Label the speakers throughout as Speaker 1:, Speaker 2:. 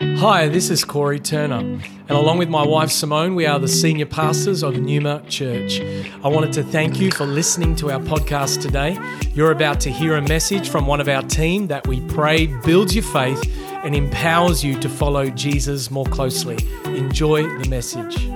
Speaker 1: Hi, this is Corey Turner, and along with my wife Simone, we are the senior pastors of Numa Church. I wanted to thank you for listening to our podcast today. You're about to hear a message from one of our team that we pray builds your faith and empowers you to follow Jesus more closely. Enjoy the message.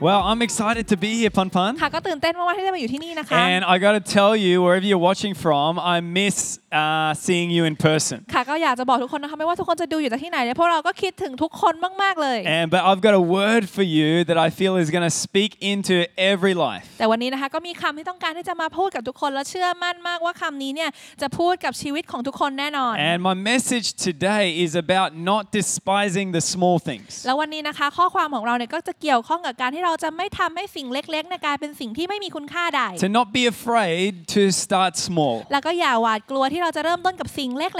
Speaker 2: Well, I'm excited to be here, Pun Pun.
Speaker 3: ค่ะก็ตื่นเต้นมากๆที่ได้มาอยู่ที่นี่นะคะ
Speaker 2: And I got to tell you, wherever you're watching from, I miss uh, seeing you in person.
Speaker 3: ค่ะก็อยากจะบอกทุกคนนะคะไม่ว่าทุกคนจะดูอยู่จากที่ไหนเนี่ยพวกเราก็คิดถึงทุกคนมากๆเลย
Speaker 2: And but I've got a word for you that I feel is going to speak into every life.
Speaker 3: แต่วันนี้นะคะก็มีคำที่ต้องการที่จะมาพูดกับทุกคนและเชื่อมั่นมากว่าคำนี้เนี่ยจะพูดกับชีวิตของทุกคนแน่นอน
Speaker 2: And my message today is about not despising the small things.
Speaker 3: แล้ววันนี้นะคะ ข้อความของเราเนี่ยก็จะเกี่ยวข้องกับการที่เราจะไม่ทำให้สิ่งเล็กๆในยกลายเป็นสิ่งที่ไม่มีคุณค่าใด
Speaker 2: To not be afraid to start small.
Speaker 3: แล้วก็อย่าหวาดกลัวที่เราจะเริ่มต้นกับสิ่งเล็ก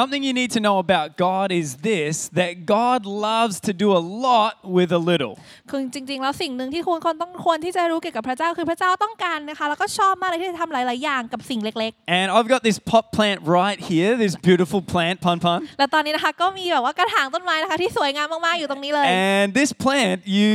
Speaker 2: Something you need to know about God is this that God loves to do a lot with a little.
Speaker 3: ๆ คือจริงๆแล้วสิ่งหนึ่งที่คุณคนต้องควรที่จะรู้เกี่ยวกับพระเจ้าคือพระเจ้าต้องการนะคะแล้วก็ชอบมากเลยที่จะทำหลายๆอย่างกับสิ่งเล็ก ๆ
Speaker 2: And I've got this pot plant right here, this beautiful plant, Pun Pun.
Speaker 3: แล้วตอนนี้นะคะก็มีแบบว่ากระถางต้นไม้นะคะที่สวยงามมากๆอยู่ตรงนี้เลย
Speaker 2: And this plant, you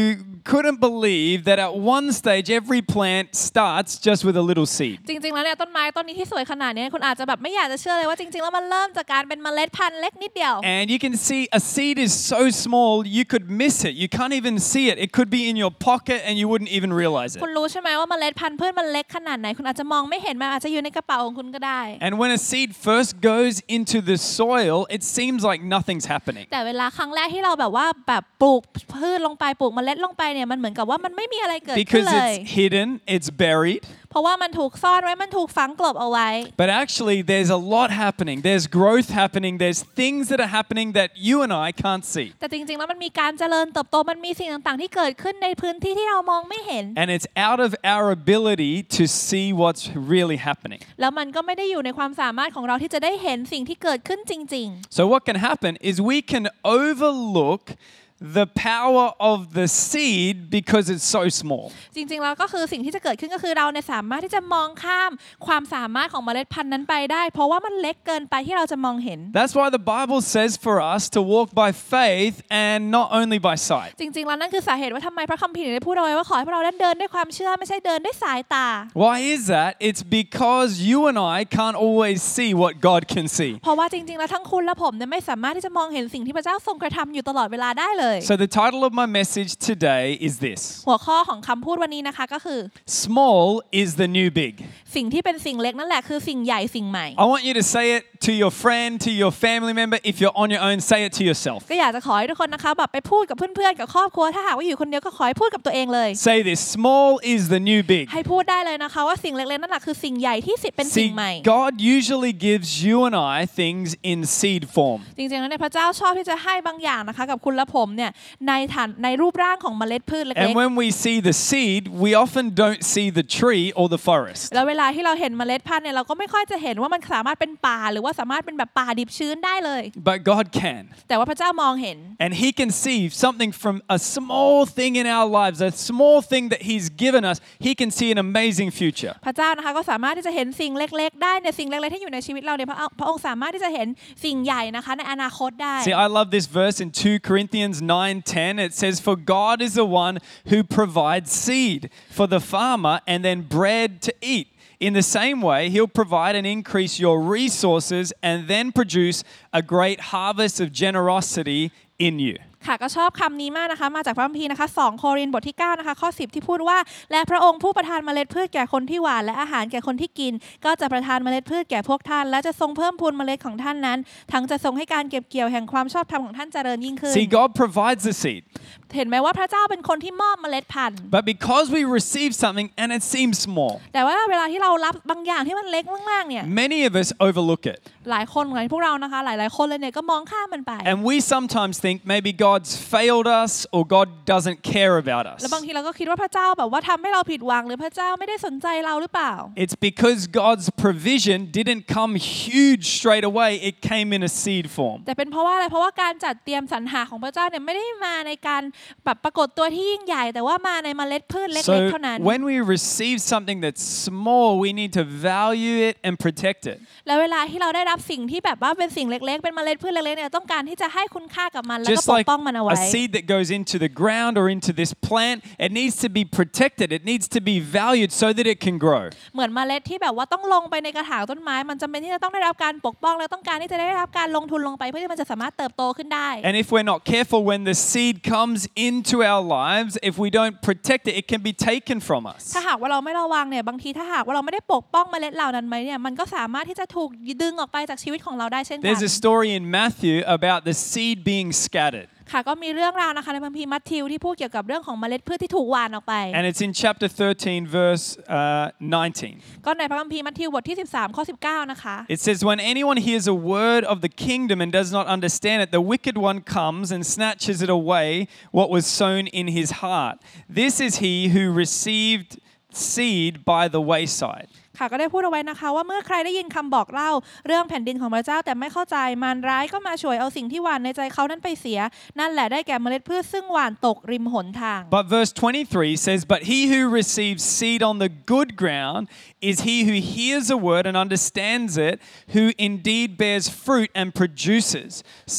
Speaker 2: couldn't believe that at one stage every plant starts just with a little seed.
Speaker 3: จริงๆแล้วเนี่ยต้นไม้ต้นนี้ที่สวยขนาดเนี้ยคุณอาจจะแบบไม่อยากจะเชื่อเลยว่าจริงๆแล้วมันเริ่มจากการเป็นเมล็ดพันธุ์เล็กนิดเดียว
Speaker 2: And you can see a seed is so small you could miss it. You can't even see it. It could be in your pocket and you wouldn't even realize it.
Speaker 3: คุณรู้ใช่ไหมว่าเมล็ดพันธุ์พืชมันเล็กขนาดไหน คุณอาจจะมองไม่เห็นมันอาจจะอยู่ในกระเป๋าของคุณก็ได้
Speaker 2: And when a seed first goes into the soil, it seems like nothing's happening.
Speaker 3: แต่เวลาครั้งแรกที่เราแบบว่าแบบปลูกพืชลงไปปลูกเมล็ดลงไปเนี่ยมันเหมือนกับว่ามันไม่มีอะไรเกิดขึ้น
Speaker 2: Because
Speaker 3: เลย
Speaker 2: it's hidden, it's buried.
Speaker 3: เพราะว่ามันถูกซ่อนไว้มันถูกฝังกลบเอาไว้
Speaker 2: But actually, there's a lot happening. There's growth happening. There's things that are happening that you and I can't see.
Speaker 3: แต่จริงๆแล้วมันมีการเจริญเติบโตมันมีสิ่งต่างๆ ที่เกิดขึ้นในพื้นที่ที่เรามองไม่เห็น
Speaker 2: And it's out of our ability to see what's really happening.
Speaker 3: แล้วมันก็ไม่ได้อยู่ในความสามารถของเราที่จะได้เห็นสิ่งที่เกิดขึ้นจริง
Speaker 2: So, what can happen is we can overlook the power of the seed because it's so small.
Speaker 3: ๆ จริงๆแล้วก็คือสิ่งที่จะเกิดขึ้นก็คือเราเนี่ยสามารถที่จะมองข้ามความสามารถของเมล็ดพันธุ์นั้นไปได้ เพราะว่ามันเล็กเกินไปที่เราจะมองเห็น
Speaker 2: That's why the Bible says for us to walk by faith and not only by sight.
Speaker 3: จริงๆแล้วนั่นคือสาเหตุว่าทำไมพระคัมภีร์ถึงได้พูดเอาไว้ว่าขอให้พวกเราเดินด้วยความเชื่อไม่ใช่เดินด้วยสายตา
Speaker 2: Why is that? It's because you and I can't always see what God can see.
Speaker 3: เพราะว่าจริงๆแล้วทั้งคุณและผมเนี่ยไม่สามารถที่จะมองเห็นสิ่งที่พระเจ้าทรงกระทำอยู่ตลอดเวลาได้เลย
Speaker 2: So, the title of my message today is this
Speaker 3: หัวข้อของคำพูดวันนี้นะคะก็คือ
Speaker 2: Small is the new big.
Speaker 3: สิ่งที่เป็นสิ่งเล็กนั่นแหละคือสิ่งใหญ่สิ่งใหม่
Speaker 2: I want you to say it to your friend, to your family member. If you're on your own, say it to yourself.
Speaker 3: ก็อยากจะขอให้ทุกคนนะคะแบบไปพูดกับเพื่อนๆกับครอบครัวถ้าหากว่าอยู่คนเดียวก็ขอให้พูดกับตัวเองเลย
Speaker 2: Say this small is the new big.
Speaker 3: ให้พูดได้เลยนะคะว่าสิ่งเล็กๆนั่นแหละคือสิ่งใหญ่ที่สิเป็นสิ่ง
Speaker 2: See,
Speaker 3: ใหม่
Speaker 2: God usually gives you and I things in seed form.
Speaker 3: จริงๆแล้วเนี่ยพระเจ้าชอบที่จะให้บางอย่างนะคะ กับคุณและผมเนี่ยในฐานในรูปร่างของเมล็ดพืชเล็ก
Speaker 2: And when we see the seed, we often don't see the tree or the
Speaker 3: ๆ
Speaker 2: forest.
Speaker 3: แล้วเวลาที่เราเห็นเมล็ดพันธุ์เนี่ยเราก็ไม่ค่อยจะเห็นว่ามันสามารถเป็นป่า หรือว่าสามารถเป็นแบบป่าดิบชื้นได้เลย
Speaker 2: But God can.
Speaker 3: แต่ว่าพระเจ้ามองเห็น
Speaker 2: And He can see something from a small thing in our lives, a small thing that He's given us. He can see an amazing future.
Speaker 3: พระเจ้านะคะก็สามารถที่จะเห็นสิ่งเล็ก ๆ ได้ในยสิ่งเล็กๆที่อยู่ในชีวิตเราเนี่ยพระพระองค์สามารถที่จะเห็นสิ่งใหญ่นะคะ ในอนาคตได้
Speaker 2: See, I love this verse in 2 Corinthians 9:10. It says, "For God is the one who provides seed for the farmer and then bread to eat. In the same way, he'll provide and increase your resources and then produce a great harvest of generosity in you."
Speaker 3: ค่ะก็ชอบคำนี้มากนะคะ มาจากพระคัมภีร์นะคะ 2 โครินธ์บทที่ 9 นะคะ ข้อ 10 ที่พูดว่า และพระองค์ผู้ประทานเมล็ดพืชแก่คนที่หวาน และอาหารแก่คนที่กิน ก็จะประทานเมล็ดพืชแก่พวกท่าน และจะทรงเพิ่มพูนเมล็ดของท่านนั้น ทั้งจะทรงให้การเก็บเกี่ยวแห่งความชอบธรรมของท่านเจริญยิ่งขึ้น
Speaker 2: See, God provides the seed.
Speaker 3: เห็นไหมว่าพระเจ้าเป็นคนที่มอบเมล็ดพันธุ์
Speaker 2: But because we receive something and it seems small,
Speaker 3: แต่ว่าเวลาที่เรารับบางอย่างที่มันเล็กมากๆเนี่ย
Speaker 2: many of us overlook it.
Speaker 3: หลายคนเหมือนพวกเรานะคะ หลายๆ คนเลยเนี่ยก็มองข้ามมันไป
Speaker 2: And we sometimes think maybe God God's failed us or God doesn't care about
Speaker 3: แล้วบาง
Speaker 2: us.
Speaker 3: ทีเราก็คิดว่าพระเจ้าแบบว่าทำให้เราผิดหวังหรือพระเจ้าไม่ได้สนใจเราหรือเปล่า
Speaker 2: It's because God's provision didn't come huge straight away, it came in a seed form.
Speaker 3: แต่เป็นเพราะว่าอะไรเพราะว่าการจัดเตรียมสรรหาของพระเจ้าเนี่ยไม่ได้มาในการแบบปรากฏตัวที่ยิ่งใหญ่ แต่ว่ามาในเมล็ดพืชเล็ก
Speaker 2: So
Speaker 3: ๆเท่านั้น
Speaker 2: when we receive something that's small, we need to value it and protect it.
Speaker 3: แล้วเวลาที่เราได้รับสิ่งที่แบบว่าเป็นสิ่งเล็ก ๆ เป็นเมล็ดพืชเล็กๆเนี่ยต้องการที่จะให้คุณค่ากับมันแล้วก็
Speaker 2: Just
Speaker 3: ปก
Speaker 2: like
Speaker 3: ป้องมันเอา
Speaker 2: a
Speaker 3: ไว้
Speaker 2: seed that goes into the ground or into this plant, it needs to be protected. It needs to be valued so that it can grow.
Speaker 3: เหมือนเมล็ดที่แบบว่าต้องลงไปในกระถางต้นไม้ มันจำเป็นที่จะต้องได้รับการปกป้อง และต้องการที่จะได้รับการลงทุนลงไปเพื่อที่มันจะสามารถเติบโตขึ้นได้
Speaker 2: And if we're not careful, when the seed comes into our lives, if we don't protect it, it can be taken from us.
Speaker 3: ถ้าหากว่าเราไม่ระวังเนี่ยบางทีถ้าหากว่าเราไม่ได้ปกป้องเมล็ดเหล่านั้นไหมเนี่ยมันก็สามารถที่จะถูกดึงออกไปจากชีวิตของเราได้เช่นกัน
Speaker 2: There's a story in Matthew about the seed being scattered.
Speaker 3: ค่ะก็มีเรื่องราวนะคะในพัมพีร์มัทธิวที่พูดเกี่ยวกับเรื่องของเมล็ดพืชที่ถูกหว่านออกไป
Speaker 2: And it's in chapter 13, verse uh, 19.
Speaker 3: ก็ในพระคัมภีร์มัทธิวบทที่ 13ข้อ19 นะคะ
Speaker 2: It says, When anyone hears a word of the kingdom and does not understand it, the wicked one comes and snatches it away, what was sown in his heart. This is he who received seed by the wayside.
Speaker 3: ค่ะก็ได้พูดเอาไว้นะคะว่าเมื่อใครได้ยินคำบอกเล่าเรื่องแผ่นดินของพระเจ้าแต่ไม่เข้าใจมารร้ายก็มาฉวยเอาสิ่งที่หว่านในใจเขานั้นไปเสีย นั่นแหละได้แก่เมล็ดพืชซึ่งหว่านตกริมหนทาง
Speaker 2: But verse 23 says, But he who receives seed on the good ground is he who hears a word and understands it, who indeed bears fruit and produces,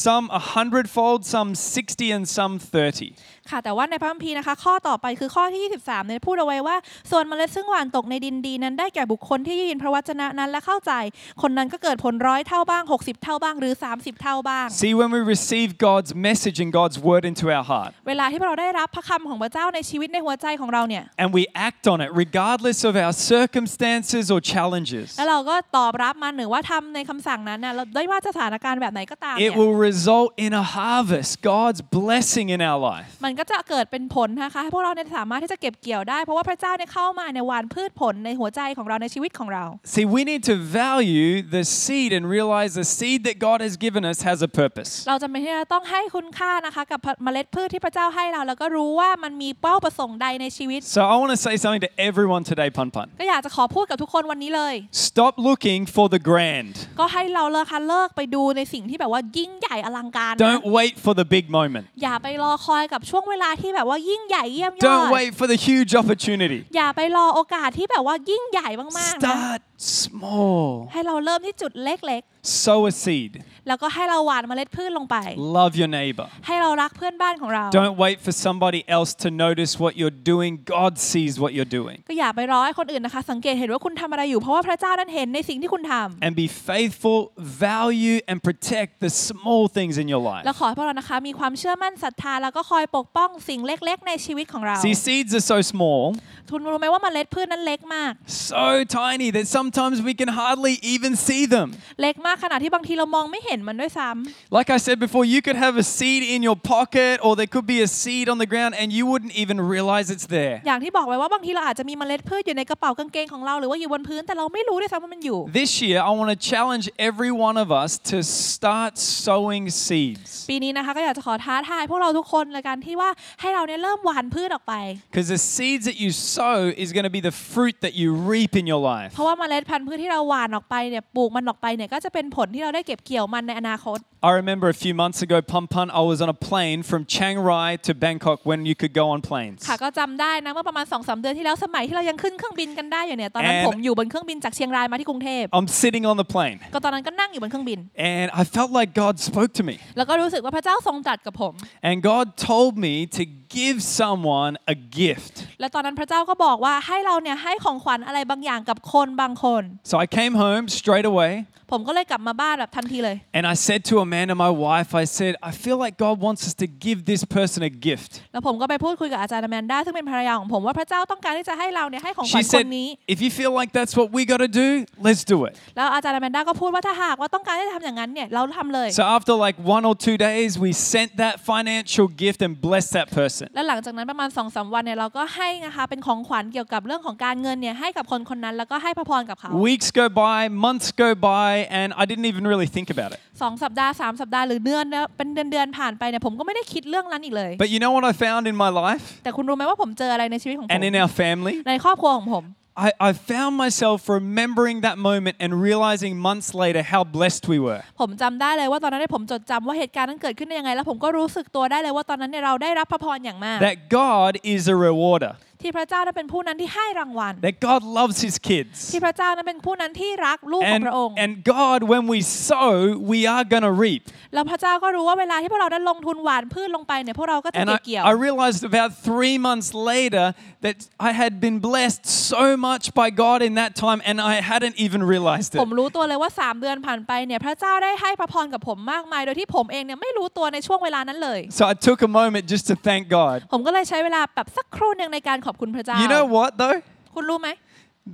Speaker 2: some a hundredfold, some sixty, and some thirty.
Speaker 3: ค่ะแต่ว่าในพระคัมภีร์นะคะ ข้อต่อไปคือข้อที่ 23เนี่ยพูดเอาไว้ว่า ส่วนเมล็ดซึ่งหว่านตกในดินดีนั้นได้แก่บุคคลที่ได้ยินพระวจนะนั้นและเข้าใจ คนนั้นก็เกิดผลร้อยเท่าบ้าง 60 เท่าบ้างหรือ 30 เท่าบ้าง
Speaker 2: See, when we receive God's message and God's word into our heart,
Speaker 3: เวลาที่เราได้รับพระคำของพระเจ้าในชีวิตในหัวใจของเราเนี่ย
Speaker 2: and we act on it regardless of our circumstances or challenges,
Speaker 3: แล้วเราก็ตอบรับมันหรือว่าทำในคำสั่งนั้นนะเราได้ว่าสถานการณ์แบบไหนก็ตาม
Speaker 2: it
Speaker 3: เนี่ย
Speaker 2: will result in a harvest, God's blessing in our life.
Speaker 3: มันก็จะเกิดเป็นผลนะคะให้พวกเราเนี่ยสามารถที่จะเก็บเกี่ยวได้ เพราะว่าพระเจ้าเนี่ยเข้ามาในยหวานพืชผลในหัวใจของเราในชีวิตของเรา
Speaker 2: See, we need to value the seed and realize the seed that God has given us has a purpose.
Speaker 3: เราจำเป็นที่จะต้องให้คุณค่านะคะ กับเมล็ดพืชที่พระเจ้าให้เรา แล้วก็รู้ว่ามันมีเป้าประสงค์ใดในชีวิต
Speaker 2: So I want to say something to everyone today, Pun Pun.
Speaker 3: ก็อยากจะขอพูดกับทุกคนวันนี้เลย
Speaker 2: Stop looking for the grand.
Speaker 3: ก็ให้เราเลิกค่ะเลิกไปดูในสิ่งที่แบบว่ายิ่งใหญ่อลังการนะ
Speaker 2: Don't wait for the big moment.
Speaker 3: อย่าไปรอคอยกับช่วงเวลาที่แบบว่ายิ่งใหญ่เยี่ยมยอ
Speaker 2: Don't
Speaker 3: ด
Speaker 2: wait for the huge opportunity.
Speaker 3: อย่าไปรอโอกาสที่แบบว่ายิ่งใหญ่มากๆนะ
Speaker 2: Start small.
Speaker 3: ให้เราเริ่มที่จุดเล็ก
Speaker 2: Sow a seed.
Speaker 3: ๆ แล้วก็ให้เราหว่านเมล็ดพืชลงไป
Speaker 2: Love your neighbor.
Speaker 3: ให้เรารักเพื่อนบ้านของเรา
Speaker 2: Don't wait for somebody else to notice what you're doing. God sees what you're doing.
Speaker 3: ก็อย่าไปรอให้คนอื่นนะคะ สังเกตเห็นว่าคุณทำอะไรอยู่ เพราะว่าพระเจ้านั้นเห็นในสิ่งที่คุณทำ
Speaker 2: And be faithful, value, and protect the small things in your life.
Speaker 3: แล้วขอให้พวกเรานะคะ มีความเชื่อมั่นศรัทธา แล้วก็คอยปกป้องสิ่งเล็กๆ ในชีวิตของเรา
Speaker 2: See, seeds are so small.
Speaker 3: ทุนรู้ไหมว่าเมล็ดพืชนั้นเล็กมาก
Speaker 2: so tiny that sometimes we can hardly even see them.
Speaker 3: เล็กมากขนาดที่บางทีเรามองไม่เห็นมันด้วยซ้ำ
Speaker 2: Like I said before, you could have a seed in your pocket or there could be a seed on the ground and you wouldn't even realize it's there.
Speaker 3: อย่างที่บอกไว้ว่าบางทีเราอาจจะมีเมล็ดพืชอยู่ในกระเป๋ากางเกงของเราหรือว่าอยู่บนพื้นแต่เราไม่รู้ด้วยซ้ำว่ามันอยู่
Speaker 2: This year, I want to challenge every one of us to start sowing seeds
Speaker 3: ปีนี้นะคะก็อยากจะขอท้าทายพวกเราทุกคนละกันที่ว่าให้เราเนี่ยเริ่มหว่านพืชออกไป
Speaker 2: because the seeds that you sow is going to be the fruit that you reap in your life.
Speaker 3: เพราะว่าเมล็ดพันธุ์พืชที่เราหว่านออกไปเนี่ยปลูกมันออกไปเนี่ยก็จะเป็นผลที่เราได้เก็บเกี่ยวมันในอนาคต
Speaker 2: I remember a few months ago, Pum Pun, I was on a plane from Chiang Rai to Bangkok when you could go on planes.
Speaker 3: ค่ะก็จำได้นะเมื่อประมาณ2อสเดือนที่แล้วสมัยที่เรายังขึ้นเครื่องบินกันได้อยู่เนี่ยตอนนั้น
Speaker 2: And-
Speaker 3: ผมอยู่บนเครื่องบินจากเชียงรายมาที่กรุงเทพ
Speaker 2: I'm sitting on the plane
Speaker 3: ก็ตอนนั้นก็นั่งอยู่บนเครื่องบิน
Speaker 2: and I felt like God spoke to me.
Speaker 3: แล้วก็รู้สึกว่าพระเจ้าทรงตรัสกับผม
Speaker 2: And God told me to give someone a gift.
Speaker 3: และตอนนั้นพระเจ้าก็บอกว่าให้เราเนี่ยให้ของขวัญอะไรบางอย่างกับคนบางคน
Speaker 2: So I came home straight away
Speaker 3: ผมก็เลยกลับมาบ้านแบบทันทีเลย
Speaker 2: and I said to Amanda, my wife, I said, I feel like God wants us to give this person a gift.
Speaker 3: แล้วผมก็ไปพูดคุยกับอาจารย์แมนด้าซึ่งเป็นภรรยาของผมว่าพระเจ้าต้องการที่จะให้เราเนี่ยให้ของขวั
Speaker 2: She
Speaker 3: ญคน
Speaker 2: said,
Speaker 3: นี้
Speaker 2: if you feel like that's what we got to do, let's do it.
Speaker 3: แล้วอาจารย์แมนด้าก็พูดว่าถ้าหากว่าต้องการที่จะทำอย่างนั้นเนี่ยเราทำเลย
Speaker 2: So after like one or two days, we sent that financial gift and blessed that person.
Speaker 3: แล้วหลังจากนั้นประมาณ2อสวันเนี่ยเราก็ให้นะคะเป็นของขวัญเกี่ยวกับเรื่องของการเงินเนี่ยให้กับคนคนนั้นแล้วก็ให้พระพรกับเขา
Speaker 2: Weeks go by, months go by, away, and I didn't even really think about it.
Speaker 3: สองสัปดาห์สามสัปดาห์หรือเดือนนะเป็นเดือนเดือนๆผ่านไปเนี่ยผมก็ไม่ได้คิดเรื่องนั้นอีกเลย
Speaker 2: But you know what I found in my life
Speaker 3: แต่คุณรู้ไหมว่าผมเจออะไรในชีวิตของผม
Speaker 2: and in our family?
Speaker 3: ในครอบครัวของผม
Speaker 2: I, I found myself remembering that moment and realizing months later how blessed we were.
Speaker 3: ผมจำได้เลยว่าตอนนั้นเนี่ยผมจดจำว่าเหตุการณ์นั้นเกิดขึ้นได้ยังไง แล้วผมก็รู้สึกตัวได้เลยว่าตอนนั้นเนี่ยเราได้รับพระพรอย่างมาก
Speaker 2: That God is a rewarder,
Speaker 3: ที่พระเจ้านั้นเป็นผู้นั้นที่ให้รางวัล
Speaker 2: that God loves his kids.
Speaker 3: ที่พระเจ้านั้นเป็นผู้นั้นที่รักลูกของ
Speaker 2: And,
Speaker 3: พระองค์
Speaker 2: and God, when we sow, we are going to reap.
Speaker 3: แล้วพระเจ้าก็รู้ว่าเวลาที่พวกเราได้ลงทุนหวานพืชลงไปเนี่ยพวกเราก็จะ
Speaker 2: And
Speaker 3: เก็
Speaker 2: I,
Speaker 3: บเกี่ยว
Speaker 2: I realized about three months later that I had been blessed so much by God in that time, and I hadn't even realized
Speaker 3: ผ
Speaker 2: it.
Speaker 3: มรู้ตัวเลยว่า 3 เดือนผ่านไปเนี่ยพระเจ้าได้ให้พระพรกับผมมากมาย โดยที่ผมเองเนี่ยไม่รู้ตัวในช่วงเวลานั้นเลย
Speaker 2: So I took a moment just to thank God.
Speaker 3: ผมก็เลยใช้เวลาแบบสักครู่หนึ่งในการขอบคุณพระเจ้า
Speaker 2: You know what, though?
Speaker 3: คุณรู้ไหม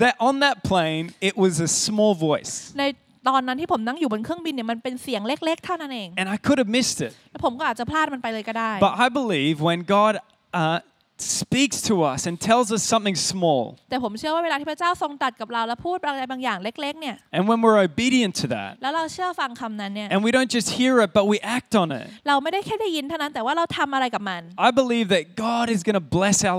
Speaker 2: That on that plane, it was a small voice,
Speaker 3: ในตอนนั้นที่ผมนั่งอยู่บนเครื่องบินเนี่ยมันเป็นเสียงเล็ก ๆ เท่านั้นเอง
Speaker 2: and I could have missed it.
Speaker 3: แล้วผมก็อาจจะพลาดมันไปเลยก็ได้
Speaker 2: But I believe when God uh, speaks to us and tells us something small,
Speaker 3: แต่ผมเชื่อว่าเวลาที่พระเจ้าทรงตัดกับเราแล้วพูดอะไรบางอย่างเล็ก ๆ เนี่ย
Speaker 2: and when we're obedient to that,
Speaker 3: แล้วเราเชื่อฟังคำนั้นเนี่ย
Speaker 2: and we don't just hear it, but we act on it,
Speaker 3: เราไม่ได้แค่ได้ยินเท่านั้นแต่ว่าเราทำอะไรกับมัน
Speaker 2: I believe that God is going to bless our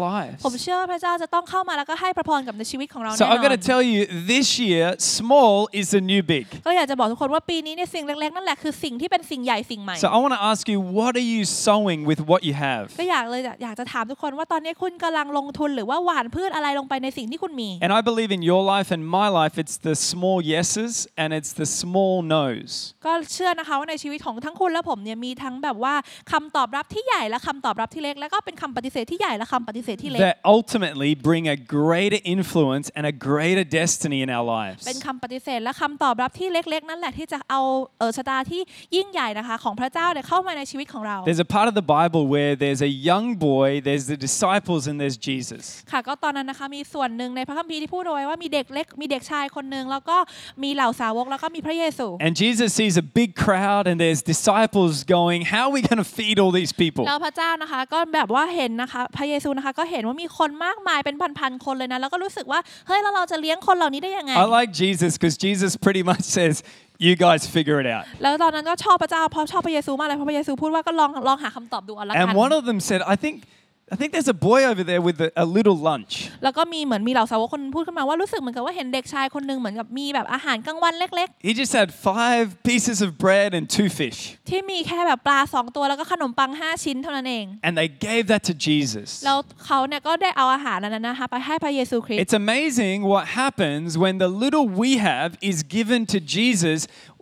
Speaker 3: ผม
Speaker 2: lives.
Speaker 3: เชื่อว่าพระเจ้าจะต้องเข้ามาแล้วก็ให้พระพรกับในชีวิตของเรา
Speaker 2: So
Speaker 3: แน่น
Speaker 2: I'm
Speaker 3: อ
Speaker 2: going to
Speaker 3: น
Speaker 2: tell you this year, small is the new big.
Speaker 3: ก็อยากจะบอกทุกคนว่าปีนี้เนี่ยสิ่งเล็ก ๆ นั่นแหละคือสิ่งที่เป็นสิ่งใหญ่สิ่งใหม่
Speaker 2: So I want to ask you, what are you sowing with what you have?
Speaker 3: ก็อยากเลยอยากอยากจะถามทุกคนว่าตอนนี้คุณกำลังลงทุนหรือว่าหว่านพืชอะไรลงไปในสิ่งที่คุณมี
Speaker 2: And I believe in your life and my life, it's the small yeses and it's the small nos.
Speaker 3: ก็เชื่อนะคะว่าในชีวิตของทั้งคุณและผมเนี่ยมีทั้งแบบว่าคำตอบรับที่ใหญ่และคำตอบรับที่เล็ก แล้วก็เป็นคำปฏิเสธที่ใหญ่และคำปฏิเสธที่เล็ก
Speaker 2: that ultimately bring a greater influence and a greater destiny in our
Speaker 3: เป็น
Speaker 2: lives.
Speaker 3: คำปฏิเสธและคำตอบรับที่เล็ก ๆ นั่นแหละที่จะเอาเออชะตาที่ยิ่งใหญ่นะคะ ของพระเจ้าเนี่ยเข้ามาในชีวิตของเรา
Speaker 2: There's a part of the Bible where there's a young boy, there's the disciples, and there's Jesus.
Speaker 3: ค่ะก็ตอนนั้นนะคะมีส่วนหนึ่งในพระคัมภีร์ที่พูดเอาไว้ว่ามีเด็กเล็กมีเด็กชายคนหนึ่งแล้วก็มีเหล่าสาวกแล้วก็มีพระเยซู
Speaker 2: And Jesus sees a big crowd, and there's disciples going, How are we going to feed all these people?
Speaker 3: แล้วพระเจ้านะคะก็แบบว่าเห็นนะคะพระเยซูนะคะก็เห็นว่ามีคนมากมายเป็นพันๆคนเลยนะแล้วก็รู้สึกว่าเฮ้ยแล้วเราจะเลี้ยงคนเหล่านี้ได้ยังไง
Speaker 2: I like Jesus because Jesus pretty much says, You guys figure it out.
Speaker 3: แล้วตอนนั้นก็ชอบพระเจ้าเพราะชอบพระเยซูมากเลยเพราะพระเยซูพูดว่าก็ลองลองหาคำตอบดูเอาละกั
Speaker 2: And
Speaker 3: น
Speaker 2: one of them said, I think. I think there's a boy over there with a, a little lunch.
Speaker 3: แล้วก็มีเหมือนมีเหล่าสาวกคนพูดขึ้นมาว่ารู้สึกเหมือนกับว่าเห็นเด็กชายคนหนึ่งเหมือนกับมีแบบอาหารกลางวันเล็ก
Speaker 2: He just had five pieces of bread and two fish.
Speaker 3: ๆ ที่มีแค่แบบปลาสองตัวแล้วก็ขนมปังห้าชิ้นเท่านั้นเอง
Speaker 2: And they gave that to Jesus.
Speaker 3: แล้วเขาเนี่ยก็ได้เอาอาหารอันนั้นนะคะไปให้พระเยซูคริสต์
Speaker 2: It's amazing what happens when the little we have is given to Jesus.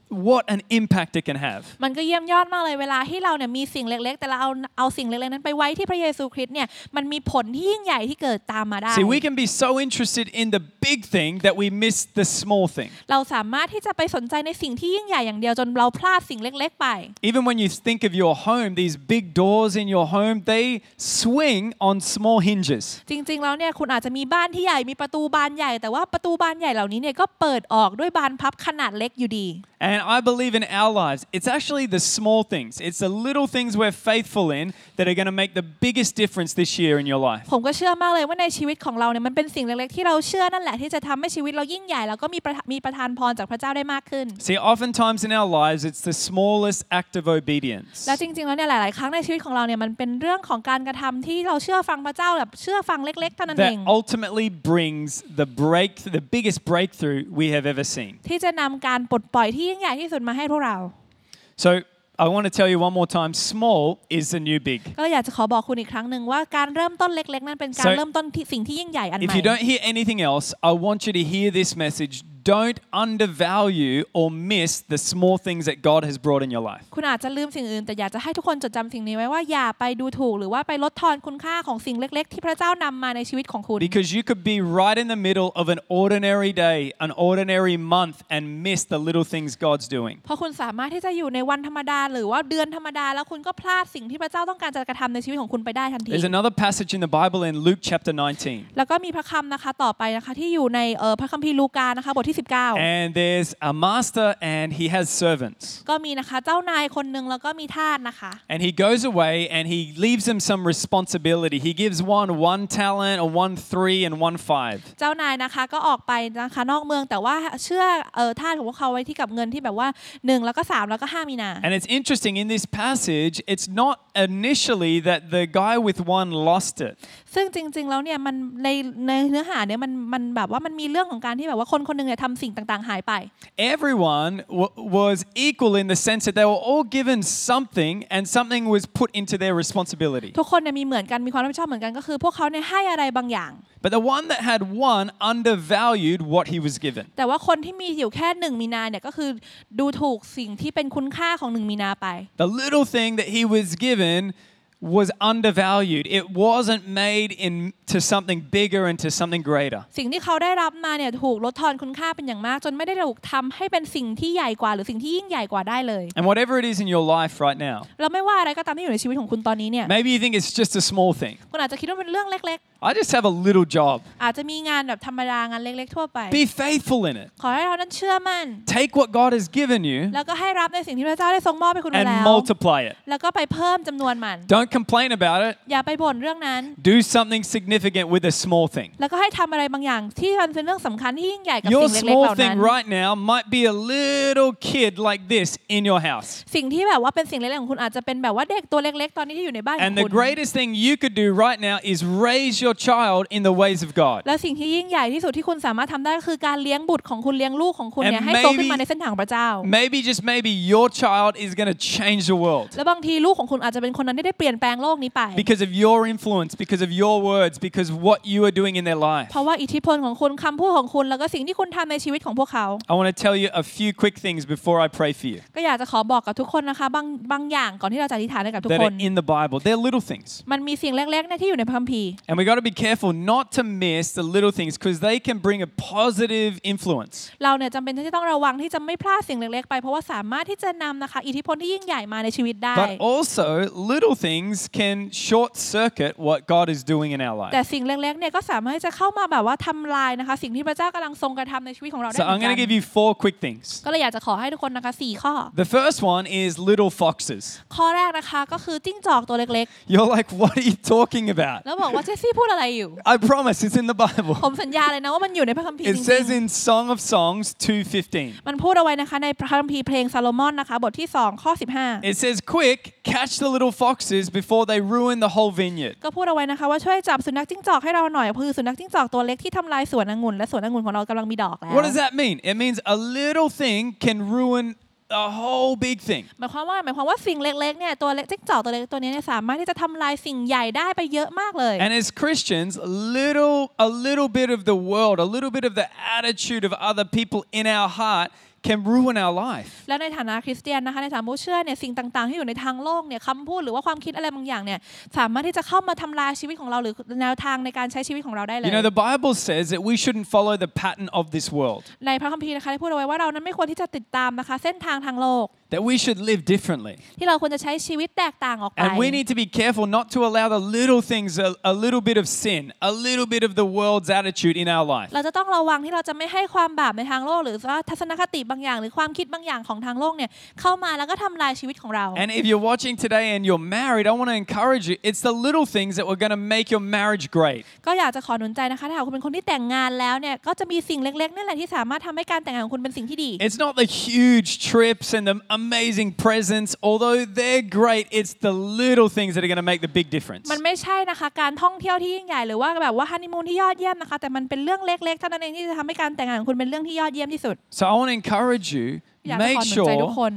Speaker 2: What an impact it can have.
Speaker 3: มันก็เยี่ยมยอดมากเลยเวลาที่เราเนี่ยมีสิ่งเล็ก ๆ แต่เราเอาเอาสิ่งเล็ก ๆ นั้นไปไว้ที่พระเยซูคริสต์เนี่ยมันมีผลที่ยิ่งใหญ่ที่เกิดตามมาได้
Speaker 2: See, we can be so interested in the big thing that we miss the small thing.
Speaker 3: เราสามารถที่จะไปสนใจในสิ่งที่ยิ่งใหญ่อย่างเดียวจนเราพลาดสิ่งเล็ก ๆ ไป
Speaker 2: Even when you think of your home, these big doors in your home, they swing on small hinges.
Speaker 3: จริง ๆ แล้วเนี่ยคุณอาจจะมีบ้านที่ใหญ่มีประตูบานใหญ่ แต่ว่าประตูบานใหญ่เหล่านี้เนี่ยก็เปิดออกด้วยบานพับขนาดเล็กอยู่ดี
Speaker 2: And I believe in our lives, it's actually the small things, it's the little things we're faithful in that are going to make the biggest difference this year in your life.
Speaker 3: ผมก็เชื่อมากเลยว่าในชีวิตของเราเนี่ยมันเป็นสิ่งเล็กๆ ที่เราเชื่อนั่นแหละที่จะทำให้ชีวิตเรายิ่งใหญ่แล้วก็มีประทะมีประทานพรจากพระเจ้าได้มากขึ้น
Speaker 2: See, oftentimes in our lives, it's the smallest act of obedience.
Speaker 3: แล้วจริงๆ แล้วเนี่ยหลาย ๆ ครั้งในชีวิตของเราเนี่ยมันเป็นเรื่องของการกระทำที่เราเชื่อฟังพระเจ้าแบบเชื่อฟังเล็ก ๆ เท่านั้นเอ
Speaker 2: that
Speaker 3: ง
Speaker 2: ultimately brings the break the biggest breakthrough we have ever seen.
Speaker 3: ที่จะนำการปลดปล่อยที่ยิ่งใหญ่ที่สุดมาให้พวกเรา
Speaker 2: So I want to tell you one more time, small is the new big.
Speaker 3: ก็อยากจะขอบอกคุณอีกครั้งหนึ่งว่าการเริ่มต้นเล็ก ๆ นั้นเป็นการ
Speaker 2: So-
Speaker 3: เริ่มต้นที่สิ่งที่ยิ่งใหญ่อันให
Speaker 2: If
Speaker 3: ม่
Speaker 2: you don't hear anything else, I want you to hear this message. Don't undervalue or miss the small things that God has brought in your life.
Speaker 3: คุณอาจจะลืมสิ่งอื่น แต่อยากจะให้ทุกคนจดจำสิ่งนี้ไว้ว่าอย่าไปดูถูก หรือว่าไปลดทอนคุณค่าของสิ่งเล็ก ๆ ที่พระเจ้านำมาในชีวิตของคุณ
Speaker 2: Because you could be right in the middle of an ordinary day, an ordinary month, and miss the little things God's doing.
Speaker 3: เพราะคุณสามารถที่จะอยู่ในวันธรรมดา หรือว่าเดือนธรรมดา แล้วคุณก็พลาดสิ่งที่พระเจ้าต้องการจะกระทำในชีวิตของคุณไปได้ทันที
Speaker 2: There's another passage in the Bible in Luke chapter 19.
Speaker 3: แล้วก็มีพระคำนะคะต่อไปนะคะที่อยู่ในเอ่อพระคัมภีร์ลูกานะคะบทที่ ที่ 19
Speaker 2: And there's a master and he has servants.
Speaker 3: ก็มีนะคะเจ้านายคนหนึ่งแล้วก็มีทาสนะคะ
Speaker 2: And he goes away and he leaves them some responsibility. He gives one one talent, or one three, and one five.
Speaker 3: เจ้านายนะคะก็ออกไปนะคะนอกเมืองแต่ว่าเชื่อเออทาสของพวกเขาไว้ที่กับเงินที่แบบว่า 1 แล้วก็ 3 แล้วก็ 5 มีนา
Speaker 2: And it's interesting in this passage, it's not initially that the guy with one lost it.
Speaker 3: ซึ่งจริง ๆ แล้วเนี่ยมันในในเนื้อหาเนี่ยมันมันแบบว่ามันมีเรื่องของการที่แบบว่าคนคนหนึงเนี่ยทำสิ่งต่างๆ หายไป
Speaker 2: Everyone w- was equal in the sense that they were all given something and something was put into their responsibility.
Speaker 3: ทุกคนเนี่ยมีเหมือนกันมีความรับผิดชอบเหมือนกันก็คือ พวกเขาเนี่ยให้อะไรบางอย่าง
Speaker 2: But the one that had one undervalued what he was given.
Speaker 3: แต่ว่าคนที่มีอยู่แค่หนึ่งมีนาเนี่ยก็คือดูถูกสิ่งที่เป็นคุณค่าของหนึ่งมีนาไป
Speaker 2: The little thing that he was given was undervalued. It wasn't made into something bigger and to something greater.
Speaker 3: สิ่งที่เขาได้รับมาเนี่ยถูกลดทอนคุณค่าเป็นอย่างมาก จนไม่ได้ถูกทำให้เป็นสิ่งที่ใหญ่กว่า หรือสิ่งที่ยิ่งใหญ่กว่าได้เลย
Speaker 2: And whatever it is in your life right now,
Speaker 3: เราไม่ว่าอะไรก็ตามที่อยู่ในชีวิตของคุณตอนนี้เนี่ย
Speaker 2: maybe you think it's just a small thing.
Speaker 3: คุณอาจจะคิดว่าเป็นเรื่องเล็ก
Speaker 2: I just have a little job.
Speaker 3: ๆ อาจจะมีงานแบบธรรมดางานเล็ก ๆ ทั่วไป
Speaker 2: Be faithful in it.
Speaker 3: ขอให้เรานั้นเชื่อมั่น
Speaker 2: Take what God has given you
Speaker 3: แล้วก็ให้รับในสิ่งที่พระเจ้าได้ทรงมอบให้คุณมา
Speaker 2: and
Speaker 3: แล้ว
Speaker 2: multiply it.
Speaker 3: แล้วก็ไปเพิ่มจำนวนมัน
Speaker 2: Don't complain about it.
Speaker 3: อย่าไปบ่นเรื่องนั้น
Speaker 2: Do something significant with a small thing.
Speaker 3: แล้วก็ให้ทำอะไรบางอย่างที่มันเป็นเรื่องสำคัญที่ยิ่งใหญ่กับ
Speaker 2: Your
Speaker 3: สิ่งเล็กๆเห
Speaker 2: small
Speaker 3: ล่านั้น
Speaker 2: thing right now might be a little kid like this in your house.
Speaker 3: สิ่งที่แบบว่าเป็นสิ่งเล็กๆของคุณอาจจะเป็นแบบว่าเด็กตัวเล็กๆ ตอนนี้ที่อยู่ในบ้านของ
Speaker 2: And the
Speaker 3: คุณ
Speaker 2: greatest thing you could do right now is raise your child in the ways of God.
Speaker 3: แล้วสิ่งที่ยิ่งใหญ่ที่สุดที่คุณสามารถทำได้ก็คือการเลี้ยงบุตรของคุณเลี้ยงลูกของคุณเนี่ย
Speaker 2: And
Speaker 3: ให้โตขึ้นมา
Speaker 2: maybe-
Speaker 3: ในเส้นทางของพระเจ้า
Speaker 2: Maybe, just maybe, your child is going to change the world
Speaker 3: แล้วบางทีลูกของคุณอาจจะเป็นคนนั้นที่ได้เปลี่ยนแปลงโลกนี้ไป
Speaker 2: because of your influence, because of your words, because what you are doing in their life.
Speaker 3: เพราะว่าอิทธิพลของคุณคำพูดของคุณแล้วก็สิ่งที่คุณทำในชีวิตของพวกเขา
Speaker 2: I want to tell you a few quick things before I pray for you
Speaker 3: ก็อยากจะขอบอกกับทุกคนนะคะบางบางอย่างก่อนที่เราจะอธิษฐานให้กับทุก
Speaker 2: that
Speaker 3: ค
Speaker 2: are
Speaker 3: น
Speaker 2: in the Bible. They're little things.
Speaker 3: มันมีสิ่งเล็กๆเนี่ยที่อยู่ในพระคัมภีร์
Speaker 2: And we got to be careful not to miss the little things because they can bring a positive influence.
Speaker 3: เราเนี่ยจำเป็นที่จะต้องระวังที่จะไม่พลาดสิ่งเล็กๆ ไปเพราะว่าสามารถที่จะนำนะคะ อิทธิพลที่ยิ่งใหญ่มาในชีวิตได้
Speaker 2: But also, little things can short circuit what God is doing in our
Speaker 3: แต่
Speaker 2: life.
Speaker 3: สิ่งเล็กๆเนี่ยก็สามารถที่จะเข้ามาแบบว่าทำลายนะคะ สิ่งที่พระเจ้ากำลังทรงกระทำในชีวิตของเราได้
Speaker 2: So
Speaker 3: เหมือ
Speaker 2: I'm
Speaker 3: นกั
Speaker 2: going to
Speaker 3: น
Speaker 2: give you four quick things.
Speaker 3: ก็เลยอยากจะขอให้ทุกคนนะคะสี่ข้อ
Speaker 2: The first one is little foxes.
Speaker 3: ข้อแรกนะคะก็คือจิ้งจอกตัวเล็ก
Speaker 2: You're like, what are you talking about?
Speaker 3: ๆ แล้วบอกว่าเจสซี่พูดอะไรอยู่
Speaker 2: I promise it's in the Bible.
Speaker 3: ผมสัญญาเลยนะว่ามันอยู่ในพระคัมภีร์
Speaker 2: It
Speaker 3: จริ
Speaker 2: says
Speaker 3: ง
Speaker 2: in Song of Songs 2:15.
Speaker 3: ๆ มันพูดเอาไว้นะคะในพระคัมภีร์เพลงซาโลมอนนะคะบทที่ 2 ข้อ 15
Speaker 2: It says, "Quick, catch the little foxes before they ruin the whole vineyard."
Speaker 3: ก็พูดเอาไว้นะคะว่าช่วยจับสุนัขจิ้งจอกให้เราหน่อยคือสุนัขจิ้งจอกตัวเล็กที่ทำลายสวนองุ่นและสวนองุ่นของเรากำลังมีดอกแล้ว
Speaker 2: What does that mean? It means a little thing can ruin a whole big thing.
Speaker 3: หมายความว่าหมายความว่าสิ่งเล็กๆเนี่ยตัวเล็กจิ้งจอกตัวเล็กตัวนี้เนี่ยสามารถที่จะทำลายสิ่งใหญ่ได้ไปเยอะมากเลย
Speaker 2: And as Christians, little a little bit of the world, a little bit of the attitude of other people in our heart can ruin our life.
Speaker 3: แล้วในฐานะคริสเตียนนะคะในฐานะผู้เชื่อเนี่ยสิ่งต่างๆที่อยู่ในทางโลกเนี่ยคำพูดหรือว่าความคิดอะไรบางอย่างเนี่ยสามารถที่จะเข้ามาทำลายชีวิตของเราหรือแนวทางในการใช้ชีวิตของเราได้เล
Speaker 2: You
Speaker 3: ย
Speaker 2: know, the Bible says that we shouldn't follow the pattern of this world,
Speaker 3: ในพระคัมภีร์นะคะได้พูดเอาไว้ว่าเรานั้นไม่ควรที่จะติดตามนะคะ เส้นทางทางโลก
Speaker 2: that we should live differently.
Speaker 3: ที่เราควรจะใช้ชีวิตแตกต่างออกไป
Speaker 2: And we need to be careful not to allow the little things, a, a little bit of sin, a little bit of the world's attitude in our life.
Speaker 3: เราจะต้องระวังที่เราจะไม่ให้ความบาปในทางโลก หรือว่าทัศนคติบางอย่าง หรือความคิดบางอย่างของทางโลกเนี่ยเข้ามาแล้วก็ทำลายชีวิตของเรา
Speaker 2: And if you're watching today and you're married, I want to encourage you. It's the little things that were going to make your marriage great.
Speaker 3: ก็อยากจะขอหนุนใจนะคะถ้าหากคุณเป็นคนที่แต่งงานแล้วเนี่ยก็จะมีสิ่งเล็กๆนั่นแหละที่สามารถทำให้การแต่งงานของคุณเป็นสิ่งที่ดี
Speaker 2: It's not the huge trips and the amazing presents, although they're great. It's the little things that are going to make the big difference.
Speaker 3: มันไม่ใช่นะคะ การท่องเที่ยวที่ยิ่งใหญ่หรือว่าแบบว่าฮันนีมูนที่ยอดเยี่ยมนะคะ แต่มันเป็นเรื่องเล็กๆเท่านั้นเองที่จะทำให้การแต่งงานของคุณเป็นเรื่องที่ยอดเยี่ยมที่สุด
Speaker 2: So I want to encourage you.
Speaker 3: อยากจะข
Speaker 2: Make
Speaker 3: อหนุนใจทุกค
Speaker 2: sure
Speaker 3: น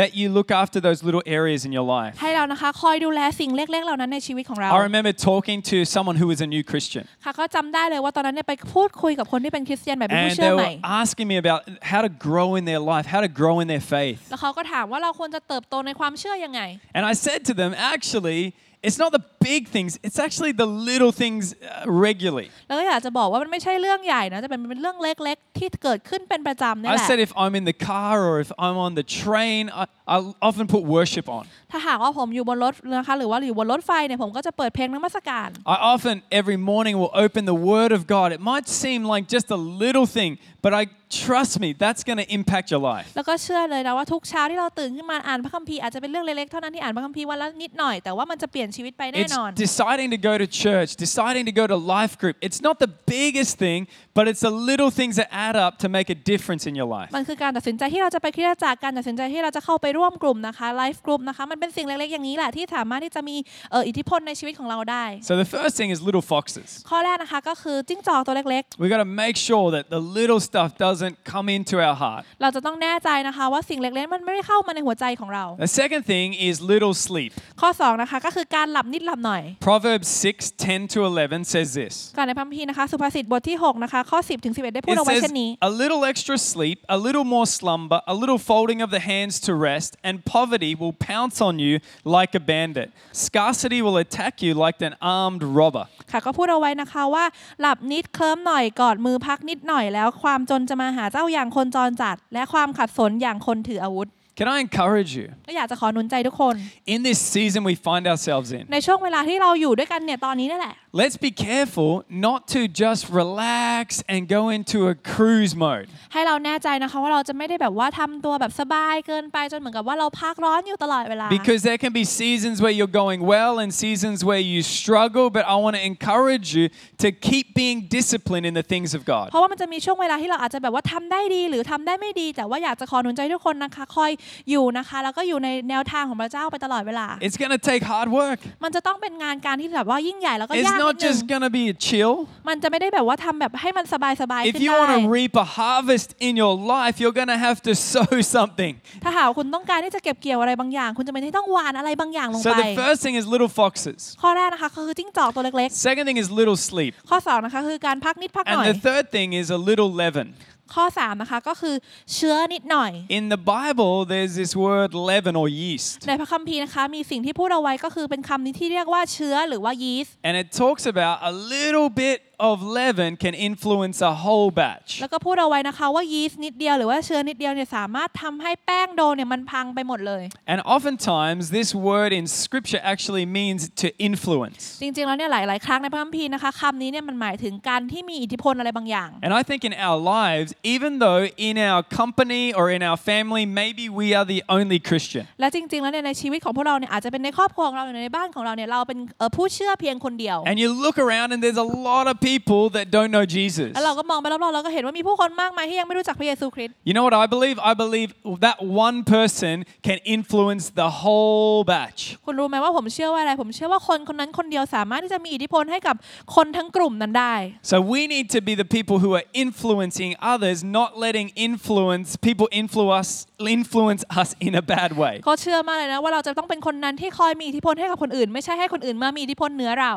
Speaker 2: that you look after those little areas in your life.
Speaker 3: ให้เรานะคะ คอยดูแลสิ่งเล็ก ๆ เหล่านั้นในชีวิตของเรา
Speaker 2: I remember talking to someone who was a new Christian,
Speaker 3: ค่ะก็จำได้เลยว่าตอนนั้นเนี่ยไปพูดคุยกับคนที่เป็นคริสเตียนแบบเป็น
Speaker 2: and
Speaker 3: ผู้เชื่อ
Speaker 2: they
Speaker 3: ใหม่
Speaker 2: were asking me about how to grow in their life, how to grow in their faith.
Speaker 3: แล้วเขาก็ถามว่าเราควรจะเติบโตในความเชื่อยังไง
Speaker 2: And I said to them, actually, it's not the big things, it's actually the little things uh, regularly.
Speaker 3: แล้วก็อยากจะบอกว่ามันไม่ใช่เรื่องใหญ่นะแต่เป็นเป็นเรื่องเล็กๆ ที่เกิดขึ้นเป็นประจำนี่
Speaker 2: I
Speaker 3: แหละ
Speaker 2: said if I'm in the car or if I'm on the train, I, I often put worship on.
Speaker 3: ถ้าหากว่าผมอยู่บนรถนะคะหรือว่าอยู่บนรถไฟเนี่ยผมก็จะเปิดเพลงนมัสการ
Speaker 2: I often every morning will open the Word of God. It might seem like just a little thing, but I trust me, that's going to impact your life.
Speaker 3: แล้วก็เชื่อเลยนะว่าทุกเช้าที่เราตื่นขึ้นมาอ่านพระคัมภีร์อาจจะเป็นเรื่องเล็กๆเท่านั้นที่อ่านพระคัมภีร์วันละนิดหน่อยแต่ว่ามันจะเปลี่ยนชีวิตไปแน่น
Speaker 2: It's
Speaker 3: อน
Speaker 2: deciding to go to church, deciding to go to life group. It's not the biggest thing, but it's the little things that add up to make a difference in your life.
Speaker 3: มันคือการตัดสินใจที่เราจะไปคริสตจักรการตัดสินใจที่เราจะเข้าไปร่วมกลุ่มนะคะไลฟ์กลุ่มนะคะมันเป็นสิ่งเล็กๆอย่างนี้แหละที่สามารถที่จะมีเอ่ออิทธิพลในชีวิตของเราได้
Speaker 2: So the first thing is little foxes.
Speaker 3: ข้อแรกนะคะก็คือจิ้งจอกตัวเล็ก
Speaker 2: We got to make sure that the little stuff doesn't come into our heart.
Speaker 3: ๆ เราจะต้องแน่ใจนะคะว่าสิ่งเล็กๆ มันไม่ได้เข้ามาในหัวใจของเรา
Speaker 2: The second thing is little sleep.
Speaker 3: ข้อสองนะคะก็คือการหลับนิดหลับหน่อย
Speaker 2: Proverbs 6 10 to 11 says this.
Speaker 3: ก่อนในพระคัมภีร์นะคะสุภาษิตบทที่6นะคะข้อ 10 ถึง 11 ได้พูด
Speaker 2: It
Speaker 3: เอาไว้
Speaker 2: says,
Speaker 3: เช่นนี้
Speaker 2: a little extra sleep, a little more slumber, a little folding of the hands to rest, and poverty will pounce on you like a bandit. Scarcity will attack you like an armed robber.
Speaker 3: ค่ะก็พูดเอาไว้นะคะว่าหลับนิดเคลิ้มหน่อยกอดมือพักนิดหน่อยแล้วความจนจะมาหาเจ้าอย่างคนจรจัด และความขัดสนอย่างคนถืออาวุธ
Speaker 2: Can I encourage you?
Speaker 3: ก็อยากจะขอหนุนใจทุกคน
Speaker 2: In this season we find ourselves in,
Speaker 3: ในช่วงเวลาที่เราอยู่ด้วยกันเนี่ยตอนนี้นี่แหละ
Speaker 2: let's be careful not to just relax and go into a cruise mode.
Speaker 3: ให้เราแน่ใจนะคะว่าเราจะไม่ได้แบบว่าทำตัวแบบสบายเกินไปจนเหมือนกับว่าเราพักร้อนอยู่ตลอดเวลา
Speaker 2: Because there can be seasons where you're going well and seasons where you struggle, but I want to encourage you to keep being disciplined in the things of God.
Speaker 3: เพราะว่ามันจะมีช่วงเวลาที่เราอาจจะแบบว่าทำได้ดีหรือทำได้ไม่ดี แต่ว่าอยากจะขอหนุนใจทุกคนนะคะ คอยอยู่นะคะ แล้วก็อยู่ในแนวทางของพระเจ้าไปตลอดเวลา
Speaker 2: It's going to take hard work.
Speaker 3: มันจะต้องเป็นงานการที่แบบว่ายิ่งใหญ่แล้วก็
Speaker 2: It's
Speaker 3: ยากนิด
Speaker 2: not
Speaker 3: นึง
Speaker 2: just going to be a chill.
Speaker 3: มันจะไม่ได้แบบว่าทำแบบให้มันสบายสบายๆ
Speaker 2: If
Speaker 3: ขึ้น
Speaker 2: you want
Speaker 3: ได้
Speaker 2: to reap a harvest in your life, you're going to have to sow something.
Speaker 3: ถ้าหากว่าคุณต้องการที่จะเก็บเกี่ยวอะไรบางอย่าง คุณจะเป็นที่ต้องหวานอะไรบางอย่างลง
Speaker 2: So
Speaker 3: ไป
Speaker 2: the first thing is little foxes.
Speaker 3: ข้อแรกนะคะคือจิ้งจอกตัวเล็ก
Speaker 2: Second thing is little sleep.
Speaker 3: ๆ ข้อสองนะคะคือการพักนิดพักหน่อย
Speaker 2: And the third thing is a little leaven.
Speaker 3: ข้อสามนะคะก็คือเชื้อนิดหน่อย
Speaker 2: In the Bible, there's this word leaven or yeast.
Speaker 3: ในพระคัมภีร์นะคะ มีสิ่งที่พูดเอาไว้ก็คือเป็นคำนี้ที่เรียกว่าเชื้อหรือว่ายีสต์
Speaker 2: And it talks about a little bit of leaven can influence a whole batch.
Speaker 3: แล้วก็พูดเอาไว้นะคะว่ายีสต์นิดเดียวหรือว่าเชื้อนิดเดียวเนี่ยสามารถทำให้แป้งโดเนี่ยมันพังไปหมดเลย
Speaker 2: And oftentimes, this word in scripture actually means to influence.
Speaker 3: จริงๆแล้วเนี่ยหลายๆครั้งในพระคัมภีร์นะคะคำนี้เนี่ยมันหมายถึงการที่มีอิทธิพลอะไรบางอย่าง
Speaker 2: And I think in our lives, even though in our company or in our family, maybe we are the only Christian,
Speaker 3: และจริงๆ แล้วเนี่ยในชีวิตของพวกเราเนี่ยอาจจะเป็นในครอบครัวของเราหรือในบ้านของเราเนี่ยเราเป็นเอ่อผู้เชื่อเพียงคนเดียว
Speaker 2: and you look around and there's a lot of people that don't know Jesus.
Speaker 3: แล้วเราก็มองไปรอบๆเราก็เห็นว่ามีผู้คนมากมายที่ยังไม่รู้จักพระเยซูคริสต์
Speaker 2: You know what I believe? I believe that one person can influence the whole batch.
Speaker 3: คุณรู้ไหมว่าผมเชื่อว่าอะไร ผมเชื่อว่าคนคนนั้นคนเดียวสามารถที่จะมีอิทธิพลให้กับคนทั้งกลุ่มนั้นได้
Speaker 2: So we need to be the people who are influencing others, not letting influence people influence influence us in a bad way.
Speaker 3: ก็เชื่อมากเลยนะว่าเราจะต้องเป็นคนนั้นที่คอยมีอิทธิพลให้กับคนอื่น ไม่ใช่ให้คนอื่นมามีอิทธิพลเหนือเรา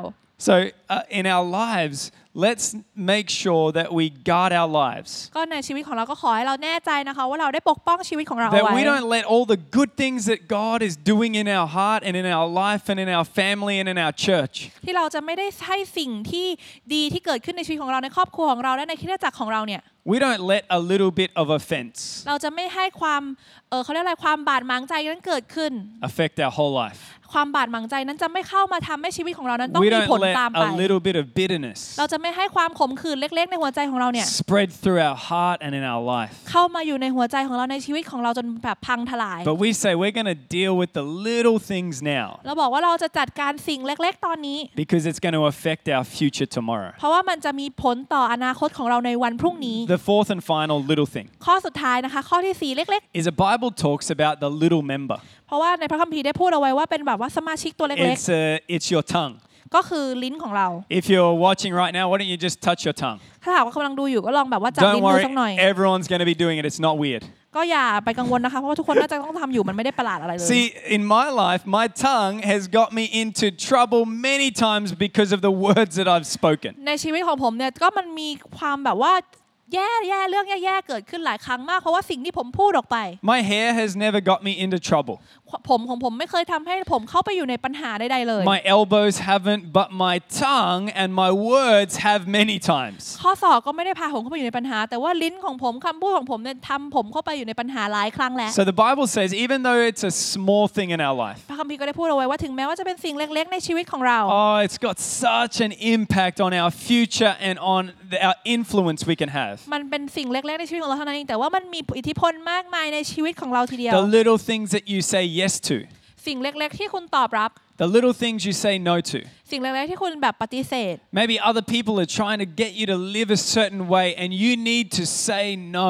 Speaker 2: So uh, in our lives, let's make sure that we guard our lives.
Speaker 3: ก็ในชีวิตของเราก็ขอให้เราแน่ใจนะคะ ว่าเราได้ปกป้องชีวิตของเราเอา
Speaker 2: That
Speaker 3: ไว้
Speaker 2: we don't let all the good things that God is doing in our heart and in our life and in our family and in our church.
Speaker 3: ที่เราจะไม่ได้ให้สิ่งที่ดีที่เกิดขึ้นในชีวิตของเราในครอบครัวของเราและในคริสตจักรของเราเนี่ย
Speaker 2: We don't let a little bit of offense
Speaker 3: เราจะไม่ให้ความ เออเขาเรียกอะไร ความบาดหมางใจนั้นเกิดขึ้น
Speaker 2: affect our whole life.
Speaker 3: ความบาดหมางใจนั้นจะไม่เข้ามาทำให้ชีวิตของเรานั้นต้อง
Speaker 2: We
Speaker 3: มี
Speaker 2: don't
Speaker 3: ผล
Speaker 2: let
Speaker 3: ตามไป
Speaker 2: a little bit of bitterness
Speaker 3: เราจะไม่ให้ความขมขื่นเล็ก ๆ ในหัวใจของเราเนี่ย
Speaker 2: spread through our heart and in our life.
Speaker 3: เข้ามาอยู่ในหัวใจของเราในชีวิตของเราจนแบบพังทลาย
Speaker 2: But we say we're going to deal with the little things now
Speaker 3: เราบอกว่าเราจะจัดการสิ่งเล็ก ๆ ตอนนี้
Speaker 2: because it's going to affect our future tomorrow.
Speaker 3: เพราะว่ามันจะมีผลต่ออนาคตของเราในวันพรุ่งนี้
Speaker 2: The fourth and final little thing
Speaker 3: ข้อสุดท้ายนะคะ ข้อที่สี่เล็ก
Speaker 2: is the Bible talks about the little member.
Speaker 3: ๆ เพราะว่าในพระคัมภีร์ได้พูดเอาไว้ว่าเป็นแบบว่าสมาชิกตัวเล็ก
Speaker 2: It's uh, it's your tongue.
Speaker 3: ๆ ก็คือลิ้นของเรา
Speaker 2: If you're watching right now, why don't you just touch your tongue?
Speaker 3: ถ้าหากว่ากำลังดูอยู่ก็ลองแบบว่าจับ
Speaker 2: Don't
Speaker 3: ลิ้นดู
Speaker 2: worry,
Speaker 3: สักหน่อย
Speaker 2: everyone's going to be doing it. It's not weird.
Speaker 3: ก็อย่าไปกังวลนะคะ เพราะว่าทุกคนน่าจะต้องทำอยู่มันไม่ได้ประหลาดอะไรเลย
Speaker 2: See, in my life, my tongue has got me into trouble many times because of the words that I've spoken.
Speaker 3: ในชีวิตของผมเนี่ยก็มันมีความแบบว่าแย่แย่เรื่องแย่ๆเกิดขึ้นหลายครั้งมากเพราะว่าสิ่งที่ผมพูดออกไป
Speaker 2: My hair has never got me into trouble.
Speaker 3: ผมของผมไม่เคยทำให้ผมเข้าไปอยู่ในปัญหาใดๆเลย
Speaker 2: My elbows haven't, but my tongue and my words have many times.
Speaker 3: ข้อศอกก็ไม่ได้พาผมเข้าไปอยู่ในปัญหา แต่ว่าลิ้นของผมคำพูดของผมเนี่ยทำผมเข้าไปอยู่ในปัญหาหลายครั้งแล้ว
Speaker 2: So the Bible says, even though it's a small thing in our life,
Speaker 3: พระคัมภีร์ก็ได้พูดเอาไว้ว่าถึงแม้ว่าจะเป็นสิ่งเล็ก ๆ ในชีวิตของเรา
Speaker 2: oh, it's got such an impact on our future and on the, our influence we can have.
Speaker 3: มันเป็นสิ่งเล็ก ๆ ในชีวิตของเราเท่านั้นเองแต่ว่ามันมีอิทธิพลมากมายในชีวิตของเราทีเดียว
Speaker 2: The little things that you say yes to,
Speaker 3: สิ่งเล็ก ๆ ที่คุณตอบรับ
Speaker 2: the little things you say no to.
Speaker 3: สิ่งเล็ก ๆ ที่คุณแบบปฏิเสธ
Speaker 2: Maybe other people are trying to get you to live a certain way and you need to say no.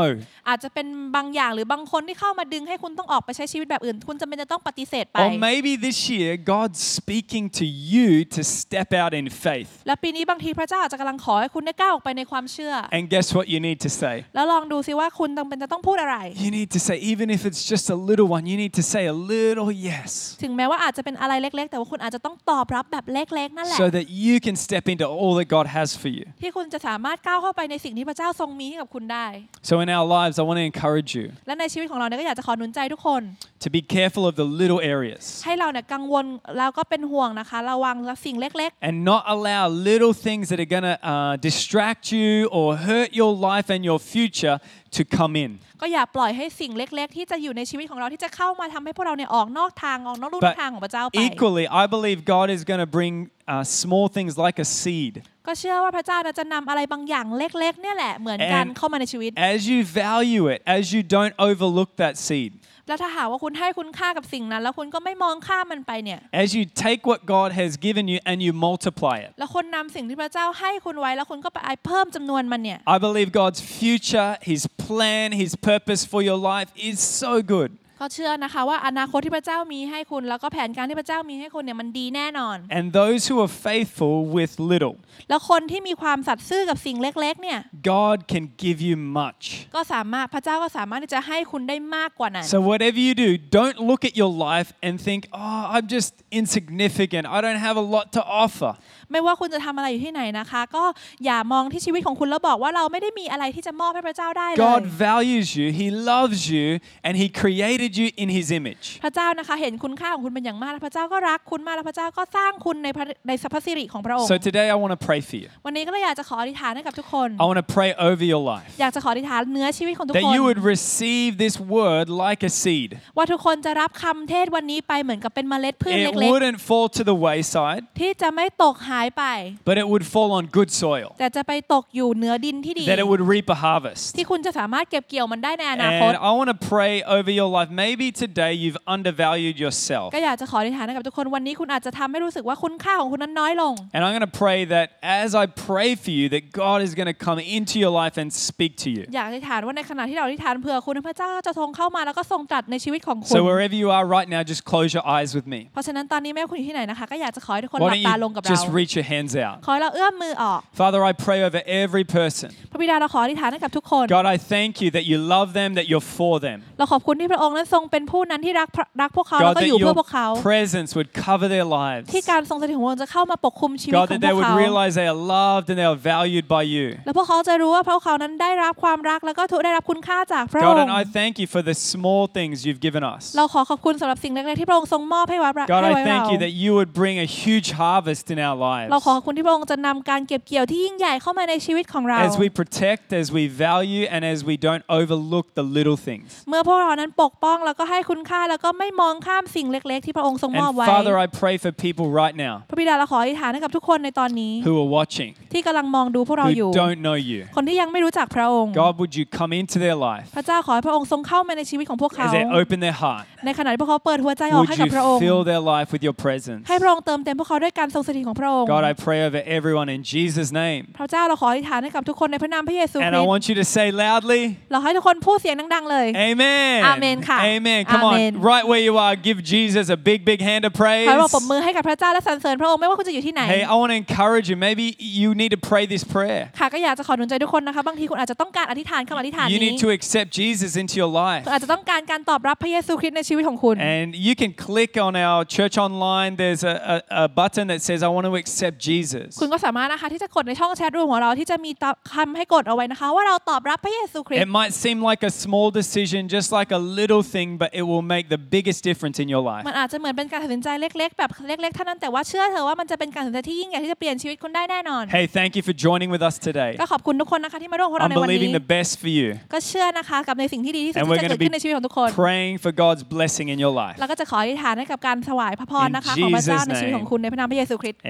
Speaker 3: อาจจะเป็นบางอย่างหรือบางคนที่เข้ามาดึงให้คุณต้องออกไปใช้ชีวิตแบบอื่น คุณจำเป็นจะต้องปฏิเสธไป
Speaker 2: Or maybe this year, God's speaking to you to step out in faith.
Speaker 3: และปีนี้บางทีพระเจ้าอาจจะกำลังขอให้คุณได้ก้าวออกไปในความเชื่อ
Speaker 2: And guess what you need to say?
Speaker 3: แล้วลองดูซิว่าคุณจำเป็นจะต้องพูดอะไร
Speaker 2: You need to say, even if it's just a little one, you need to say a little yes
Speaker 3: ถึงแม้ว่าอาจจะเป็นอะไรเล็ก ๆ แต่ว่าคุณอาจจะต้องตอบรับแบบเล็ก ๆ นั่นแหละ
Speaker 2: so that you can step into all that God has for you.
Speaker 3: ที่คุณจะสามารถก้าวเข้าไปในสิ่งที่พระเจ้าทรงมีให้กับคุณได้
Speaker 2: So, in our lives, I want to encourage you
Speaker 3: และในชีวิตของเราเนี่ยก็อยากจะขอหนุนใจทุกคน
Speaker 2: to be careful of the little areas
Speaker 3: ให้เราเนี่ยกังวลแล้วก็เป็นห่วงนะคะระวังกับสิ่งเล็ก
Speaker 2: and not allow little things that are going to uh, distract you or hurt your life and your future to come in.
Speaker 3: ๆ ก็อย่าปล่อยให้สิ่งเล็ก ๆ ที่จะอยู่ในชีวิตของเราที่จะเข้ามาทำให้พวกเราเนี่ยออกนอกทางออกนอกลู่นอกทางของพระเจ้าไป
Speaker 2: equally, I believe God is going to bring uh, small things like a seed.
Speaker 3: ก็เชื่อว่าพระเจ้าน่ะจะนำอะไรบางอย่างเล็ก ๆ เนี่ยแหละเหมือนกัน
Speaker 2: And-
Speaker 3: เข้ามาในชีวิต
Speaker 2: As you value it, as you don't overlook that seed,
Speaker 3: แล้วถ้าหากว่าคุณให้คุณค่ากับสิ่งนั้น แล้วคุณก็ไม่มองข้ามมันไปเนี่ย
Speaker 2: as you take what God has given you and you multiply it,
Speaker 3: แล้วคนนำสิ่งที่พระเจ้าให้คุณไว้ แล้วคุณก็ไปเพิ่มจำนวนมันเนี่ย
Speaker 2: I believe God's future, His plan, His purpose for your life is so good.
Speaker 3: ก็เชื่อนะคะว่าอนาคตที่พระเจ้ามีให้คุณ แล้วก็แผนการที่พระเจ้ามีให้คุณเนี่ยมันดีแน่นอน
Speaker 2: And those who are faithful with little,
Speaker 3: แล้วคนที่มีความสัตย์ซื่อกับสิ่งเล็ก ๆ เนี่ย
Speaker 2: God can give you much.
Speaker 3: ก็สามารถพระเจ้าก็สามารถที่จะให้คุณได้มากกว่านั้น
Speaker 2: So, whatever you do, don't look at your life and think, oh, I'm just insignificant. I don't have a lot to offer.
Speaker 3: ไม่ว่าคุณจะทำอะไรอยู่ที่ไหนนะคะ ก็อย่ามองที่ชีวิตของคุณแล้วบอกว่าเราไม่ได้มีอะไรที่จะมอบให้พระเจ้าได้เลย
Speaker 2: God values you, He loves you, and He created you in His image.
Speaker 3: พระเจ้านะคะ เห็นคุณค่าของคุณเป็นอย่างมากและพระเจ้าก็รักคุณมากและพระเจ้าก็สร้างคุณในพระในสรรพสิริของพระองค์
Speaker 2: So, today I want to pray for you.
Speaker 3: วันนี้ก็เลยอยากจะขออธิษฐานให้กับทุกคน
Speaker 2: I want to pray over your life
Speaker 3: อยากจะขออธิษฐานเนื้อชีวิตของทุก
Speaker 2: that
Speaker 3: คน
Speaker 2: you would receive this word like a seed.
Speaker 3: ว่าทุกคนจะรับคำเทศวันนี้ไปเหมือนกับเป็นเมล็ดพืช
Speaker 2: It
Speaker 3: เล็ก
Speaker 2: wouldn't fall to the wayside,
Speaker 3: ๆ ที่จะไม่ตกหายไป
Speaker 2: but it would fall on good soil,
Speaker 3: แต่จะไปตกอยู่เหนือดินที่ดี
Speaker 2: that it would reap a harvest.
Speaker 3: ที่คุณจะสามารถเก็บเกี่ยวมันได้ในอนาคต
Speaker 2: And I want to pray over your life. Maybe today you've undervalued yourself.
Speaker 3: ก็อยากจะขออธิษฐานให้กับทุกคนวันนี้คุณอาจจะทำให้รู้สึกว่าคุณค่าของคุณนั้นน้อยลง
Speaker 2: And I'm going to pray that as I pray for you, that God is going to come into your life and speak to you.
Speaker 3: อยากอธิษฐานว่าในขณะที่เราอธิษฐานเผื่อคุณพระเจ้าจะทรงเข้ามาแล้วก็ทรงตรัสในชีวิตของคุณ
Speaker 2: So wherever you are right now, just close your eyes with me.
Speaker 3: เพราะฉะนั้นตอนนี้แม่ว่าคุณอยู่ที่ไหนนะคะก็อยากจะขอให้ทุกคนห
Speaker 2: Why
Speaker 3: ลับตาลง
Speaker 2: don't you
Speaker 3: กับเรา
Speaker 2: just reach your hands out?
Speaker 3: ขอให้เราเอื้อมมือออก
Speaker 2: Father, I pray over every person.
Speaker 3: พระบิดาเราขออธิษฐานให้กับทุกคน
Speaker 2: God, I thank you that you love them, that you're for them.
Speaker 3: เราขอบคุณที่พระองค์นั้นทรงเป็นผู้นั้นที่รักพระรักพวกเขา
Speaker 2: God,
Speaker 3: แล้วก็อยู่เพื่อพวกเขา
Speaker 2: your presence would cover their lives.
Speaker 3: ที่การทรงสถิตของพระองค์จะเข้ามาปกคลุมชีวิต
Speaker 2: God,
Speaker 3: ของ
Speaker 2: that
Speaker 3: พ
Speaker 2: they
Speaker 3: วก
Speaker 2: would
Speaker 3: เขา
Speaker 2: realize they are loved and they are valued by you.
Speaker 3: แล้วพวกเขาจะรู้ว่าพวกเขานั้นได้รับความรักแล้วก็ถูกได้รับคุณค่าจากพระอ
Speaker 2: God,
Speaker 3: ง
Speaker 2: and
Speaker 3: ค์
Speaker 2: I thank you for the small things you've given us.
Speaker 3: เราขอขอบคุณสำหรับสิ่งเล็กๆที่พระองค์ทรงมอบให้ไว้
Speaker 2: God,
Speaker 3: ให้
Speaker 2: I
Speaker 3: ไว้เรา
Speaker 2: thank you that you would bring a huge harvest in our
Speaker 3: เรา
Speaker 2: lives
Speaker 3: ขอขอบคุณที่พระองค์จะนำการเก็บเกี่ยวที่ยิ่งใหญ่เข้ามาในชีวิตของเรา
Speaker 2: as we protect, as we value, and as we don't overlook the little things.
Speaker 3: เมื่อพวกเรานั้นปกป้องแล้วก็ให้คุณค่าแล้วก็ไม่มองข้ามสิ่งเล็ก ๆ ที่พระองค์ทรงมอบ
Speaker 2: And
Speaker 3: ไว้
Speaker 2: Father, I pray for people right now
Speaker 3: พระบิดาเราขออธิษฐานให้กับทุกคนในตอนนี้
Speaker 2: who are watching,
Speaker 3: ที่กำลังมองดูพวกเราอยู่
Speaker 2: who don't know you.
Speaker 3: คนที่ยังไม่รู้จักพระองค์
Speaker 2: God, would you come into their life
Speaker 3: พระเจ้าขอให้พระองค์ทรงเข้ามาในชีวิตของพวกเขา
Speaker 2: as they open their heart?
Speaker 3: ในขณะที่พวกเขาเปิดหัวใจออก
Speaker 2: Would
Speaker 3: ให้กับ
Speaker 2: you
Speaker 3: พระองค์
Speaker 2: fill their life with your presence?
Speaker 3: ให้พระองค์เติมเต็มพวกเขาด้วยการทรงสถิตของพระองค์
Speaker 2: God, I pray over everyone in Jesus' name.
Speaker 3: พระเจ้าเราขออธิษฐานให้กับทุกคนในพระนามพระเยซูค
Speaker 2: And I
Speaker 3: ริสต์
Speaker 2: want you to say loudly,
Speaker 3: เราให้ทุกคนพูดเสียงดังๆเลย
Speaker 2: Amen.
Speaker 3: Amen ค่ะ
Speaker 2: Amen. Come
Speaker 3: Amen.
Speaker 2: on, right where you are, give Jesus a big, big hand of praise.
Speaker 3: ขอให้เราปรบมือให้กับพระเจ้าและสรรเสริญพระองค์ไม่ว่าคุณจะอยู่ที่ไหน
Speaker 2: Hey, I want to encourage you. Maybe you need to pray this prayer.
Speaker 3: ค่ะก็อยากจะขอหนุนใจทุกคนนะคะ บางทีคุณอาจจะต้องการอธิษฐานคำอธิษฐาน
Speaker 2: You
Speaker 3: นี้
Speaker 2: need to accept Jesus into your life.
Speaker 3: คุณอาจจะต้องการการตอบรับพระเยซูคริสต์ในชีวิตของคุณ
Speaker 2: And you can click on our church online. There's a, a, a button that says, I want to accept Jesus.
Speaker 3: คุณก็สามารถนะคะที่จะกดในช่องแชทรูมของเราที่จะมีตอบคำให้กดเอาไว้นะคะ ว่าเราตอบรับพระเยซูคริส
Speaker 2: It
Speaker 3: ต์
Speaker 2: might seem like a small decision, just like a little thing, but it will make the biggest difference in your life.
Speaker 3: มันอาจจะเหมือนเป็นการตัดสินใจเล็ก ๆ แบบเล็กๆเท่านั้นแต่ว่าเชื่อเถอะว่ามันจะเป็นการตัดสินใจที่ยิ่งใหญ่ที่จะเปลี่ยนชีวิตคุณได้แน่นอน
Speaker 2: Hey, thank you for joining with us today.
Speaker 3: ก็ขอบคุณทุกคนนะคะที่มาร่วมกับเรา
Speaker 2: I'm
Speaker 3: ในวัน
Speaker 2: believing
Speaker 3: นี้
Speaker 2: the best for you,
Speaker 3: ก็เชื่อนะคะกับในสิ่งที่ดีที่สุด
Speaker 2: and
Speaker 3: ที่
Speaker 2: we're
Speaker 3: จะ
Speaker 2: going
Speaker 3: เกิ
Speaker 2: to
Speaker 3: ดขึ้นในชีวิต
Speaker 2: be
Speaker 3: ของทุกคน
Speaker 2: praying for God's blessing in your life.
Speaker 3: แล้วก็จะขออธิษฐานให้กับการถวายพระพร
Speaker 2: In
Speaker 3: นะคะของพระเจ้า
Speaker 2: Jesus'
Speaker 3: ในชีวิตของคุณในพระนามพระเยซูคริสต์ อ